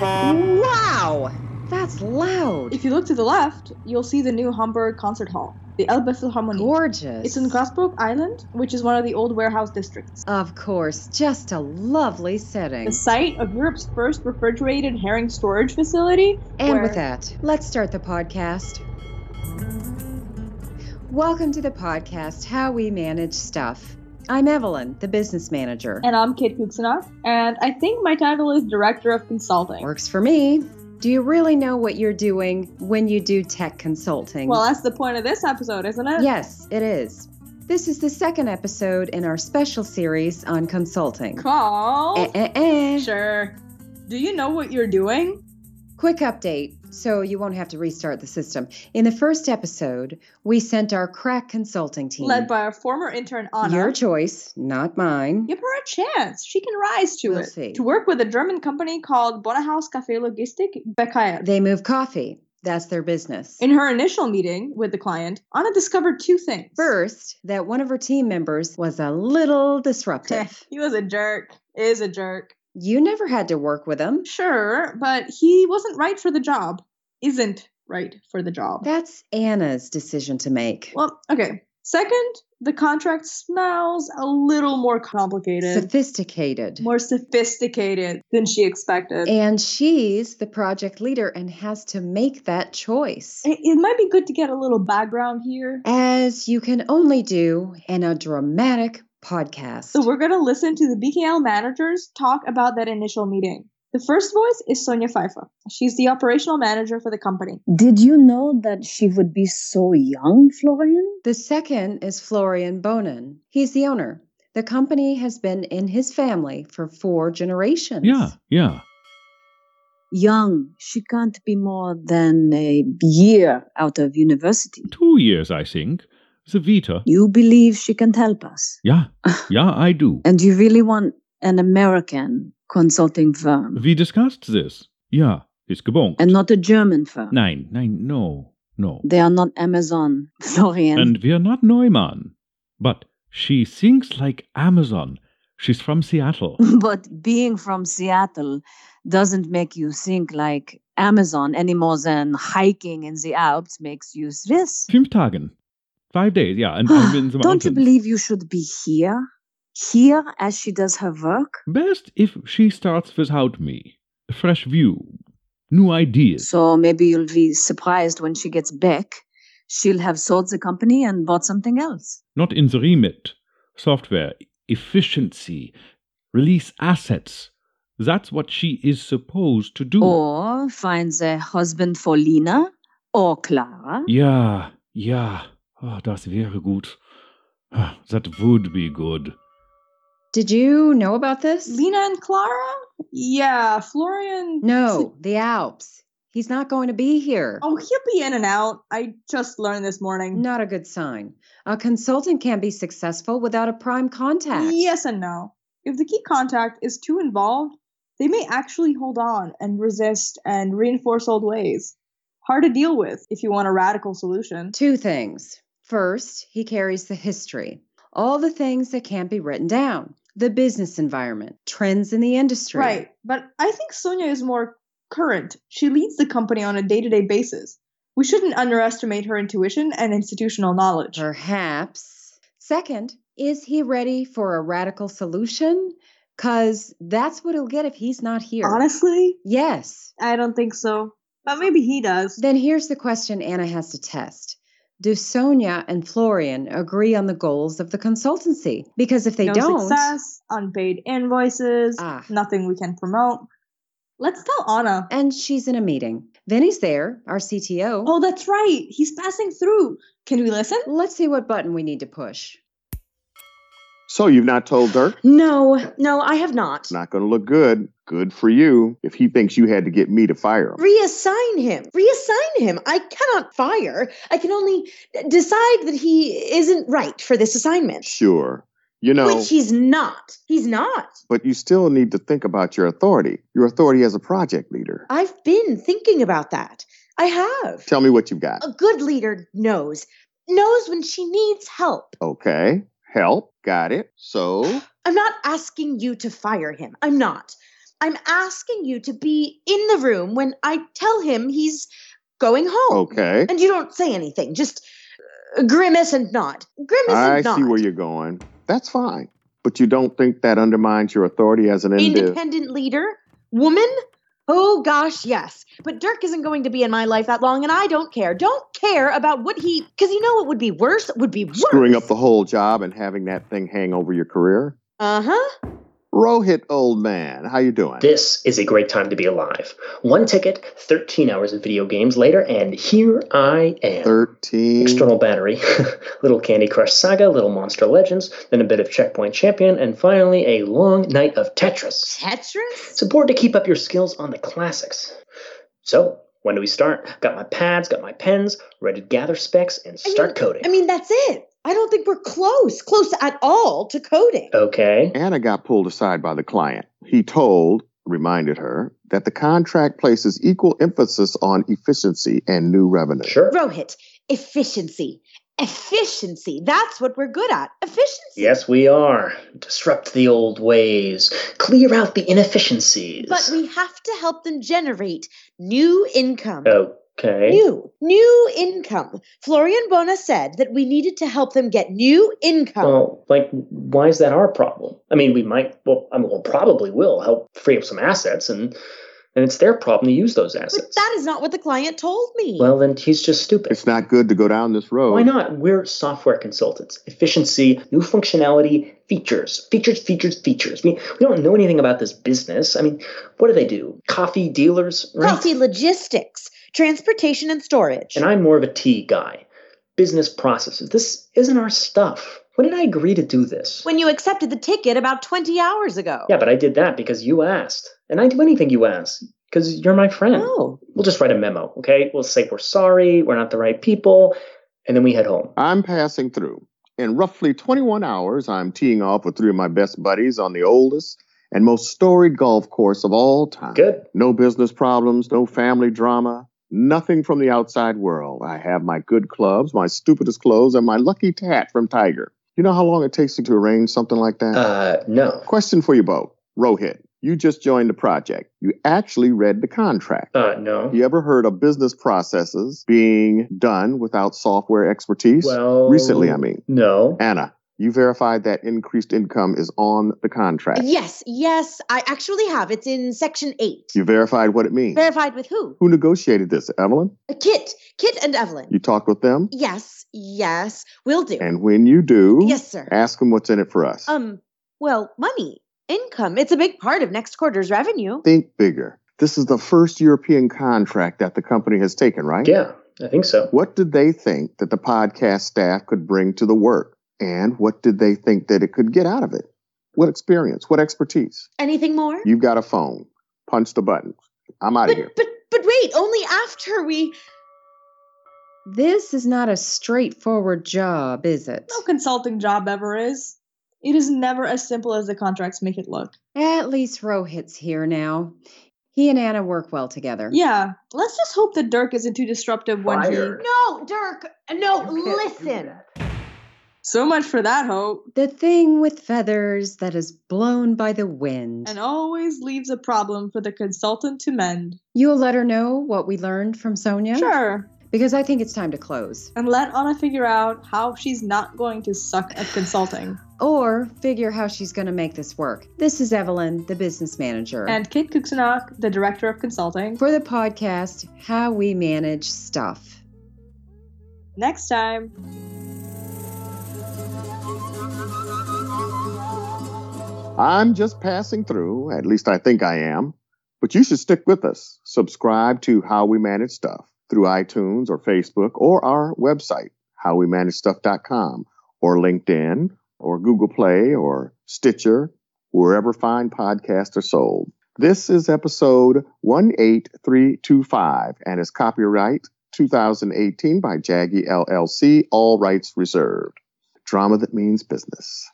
Wow! That's loud. If you look to the left, you'll see the new Hamburg Concert Hall, the Elbphilharmonie. Gorgeous. It's in Glassbrook Island, which is one of the old warehouse districts. Of course, just a lovely setting. The site of Europe's first refrigerated herring storage facility. And where- with that, let's start the podcast. Welcome to the podcast How We Manage Stuff. I'm Evelyn, the business manager. And I'm Kate Kuksina, and I think my title is Director of Consulting. Works for me. Do you really know what you're doing when you do tech consulting? Well, that's the point of this episode, isn't it? yes, it is. This is the second episode in our special series on consulting. Called. Eh, eh, eh. Sure. Do you know what you're doing? Quick update so you won't have to restart the system. In the first episode, we sent our crack consulting team. Led by our former intern Anna. Your choice, not mine. Give her a chance. She can rise to We'll it. see. To work with a German company called Bonnehaus Café Logistik Bekaert. They move coffee. That's their business. In her initial meeting with the client, Anna discovered two things. First, that one of her team members was a little disruptive. he was a jerk. Is a jerk. you never had to work with him. Sure, but he wasn't right for the job. Isn't right for the job. That's Anna's decision to make. well, okay. Second, the contract smells a little more complicated, Sophisticated. more sophisticated than she expected. and she's the project leader and has to make that choice. it, it might be good to get a little background here. as you can only do in a dramatic podcast. So we're going to listen to the BKL managers talk about that initial meeting. The first voice is Sonia Pfeiffer. She's the operational manager for the company. Did you know that she would be so young, Florian? the second is Florian Bonin. He's the owner. The company has been in his family for four generations. Yeah, yeah. Young. She can't be more than a year out of university. Two years, I think. The Vita. You believe she can help us. Yeah, yeah, I do. And you really want an American consulting firm We discussed this. Yeah, it's gebonkt. and not a German firm. Nein, nein, no, no. They are not Amazon, Florian. And we're not Neumann. But she thinks like Amazon. She's from Seattle. but being from Seattle doesn't make you think like Amazon any more than hiking in the Alps makes you Swiss. Fünf Tagen. Five days, yeah, and I'm in the Don't you mountains. believe you should be here? Here as she does her work? Best if she starts without me. Fresh view. New ideas. So maybe you'll be surprised when she gets back. She'll have sold the company and bought something else. not in the remit. Software, efficiency, release assets. That's what she is supposed to Hmm. do. Or finds a husband for Lina or Clara. Yeah, yeah. Ah, das wäre gut. Ah, That would be good. Did you know about this? Lena and Clara? Yeah, Florian. no, the Alps. He's not going to be here. Oh, he'll be in and out. I just learned this morning. Not a good sign. A consultant can be successful without a prime contact. Yes and no. If the key contact is too involved, they may actually hold on and resist and reinforce old ways. Hard to deal with if you want a radical solution. Two things. First, he carries the history, all the things that can't be written down, the business environment, trends in the industry. Right. But I think Sonia is more current. She leads the company on a day to day basis. We shouldn't underestimate her intuition and institutional knowledge. Perhaps. Second, is he ready for a radical solution? Because that's what he'll get if he's not here. Honestly, Yes. I don't think so. But maybe he does. Then here's the question Anna has to test. Do Sonia and Florian agree on the goals of the consultancy? Because if they no don't, success, unpaid invoices, Ah. nothing we can promote. Let's tell Anna. and she's in a meeting. Vinny's there, our CTO. Oh, that's right. He's passing through. Can we listen? Let's see what button we need to push. So you've not told Dirk? No, no, I have not. It's not going to look good. Good for you if he thinks you had to get me to fire him. Reassign him. Reassign him. I cannot fire. I can only decide that he isn't right for this assignment. Sure. You know, Which he's not. He's not. but you still need to think about your authority, your authority as a project leader. I've been thinking about that. I have. Tell me what you've got. A good leader knows. Knows when she needs help. Okay. Help. Got it. So, I'm not asking you to fire him. I'm not. I'm asking you to be in the room when I tell him he's going home. Okay. And you don't say anything, just uh, grimace and nod. Grimace I and nod. see where you're going. That's fine. But you don't think that undermines your authority as an indiv? Independent leader, woman. Oh gosh, yes. But Dirk isn't going to be in my life that long, and I don't care. Don't care about what he, because you know what would be worse? Would be worse. Screwing up the whole job and having that thing hang over your career? Uh huh. Rohit, old man, how you doing? This is a great time to be alive. One ticket, 13 hours of video games later, and here I am. 13. External battery, little Candy Crush Saga, little Monster Legends, then a bit of Checkpoint Champion, and finally a long night of Tetris. Tetris. It's important to keep up your skills on the classics. So, when do we start? Got my pads, got my pens, ready to gather specs and I mean- start coding. I mean, that's it. I don't think we're close, close at all to coding. Oh. okay. Anna got pulled aside by the client. He told, reminded her, that the contract places equal emphasis on efficiency and new revenue. Sure. Rohit, efficiency. Efficiency. That's what we're good at. Efficiency. Yes, we are. Disrupt the old ways, clear out the inefficiencies. But we have to help them generate new income. Okay. New, new income. Florian Bona said that we needed to help them get new income. Well, like, why is that our problem? I mean, we might, well, I mean, well, probably will help free up some assets, and and it's their problem to use those but assets. that is not what the client told me. well, then he's just stupid. It's not good to go down this road. Why not? We're software consultants. Efficiency, new functionality, features, features, features, features. We, we don't know anything about this business. I mean, what do they do? Coffee dealers, right? Coffee logistics, transportation, and storage. And I'm more of a tea guy. Business processes. This isn't our stuff. When did I agree to do this? when you accepted the ticket about 20 hours ago. Yeah, but I did that because you asked. And I do anything you ask because you're my friend. No. We'll just write a memo, okay? We'll say we're sorry, we're not the right people, and then we head home. I'm passing through. In roughly 21 hours, I'm teeing off with three of my best buddies on the oldest and most storied golf course of all time. Good. No business problems, no family drama, nothing from the outside world. I have my good clubs, my stupidest clothes, and my lucky tat from Tiger. You know how long it takes to arrange something like that? Uh, no. Question for you both. Rohit, you just joined the project. You actually read the contract. Uh, no. You ever heard of business processes being done without software expertise? Well, Recently, I mean. No. Anna, you verified that increased income is on the contract. Yes, yes, I actually have. It's in section 8. You verified what it means. Verified with who? Who negotiated this? Evelyn? Uh, Kit. Kit and Evelyn. You talked with them? Yes, yes, will do. And when you do, yes, sir. ask them what's in it for us. Um, well, money, income, it's a big part of next quarter's revenue. Think bigger. This is the first European contract that the company has taken, right? Yeah, I think so. What did they think that the podcast staff could bring to the work? And what did they think that it could get out of it? What experience? What expertise? Anything more? You've got a phone. Punch the button. I'm out of but, here. but but wait, only after we This is not a straightforward job, is it? No consulting job ever is. It is never as simple as the contracts make it look. At least Rohit's here now. He and Anna work well together. Yeah, let's just hope that Dirk isn't too disruptive when Fired. he. No, Dirk, no, You can't do listen. that. So much for that hope. The thing with feathers that is blown by the wind. And always leaves a problem for the consultant to mend. You'll let her know what we learned from Sonia? Sure. Because I think it's time to close. And let Anna figure out how she's not going to suck at consulting. Or figure how she's going to make this work. This is Evelyn, the business manager. And Kit Kuksanok, the director of consulting. for the podcast, How We Manage Stuff. Next time. I'm just passing through, at least I think I am. But you should stick with us. Subscribe to How We Manage Stuff through iTunes or Facebook or our website, howwemanagestuff.com or LinkedIn or Google Play or Stitcher, wherever fine podcasts are sold. This is episode 18325 and is copyright 2018 by Jaggy LLC, all rights reserved. Drama that means business.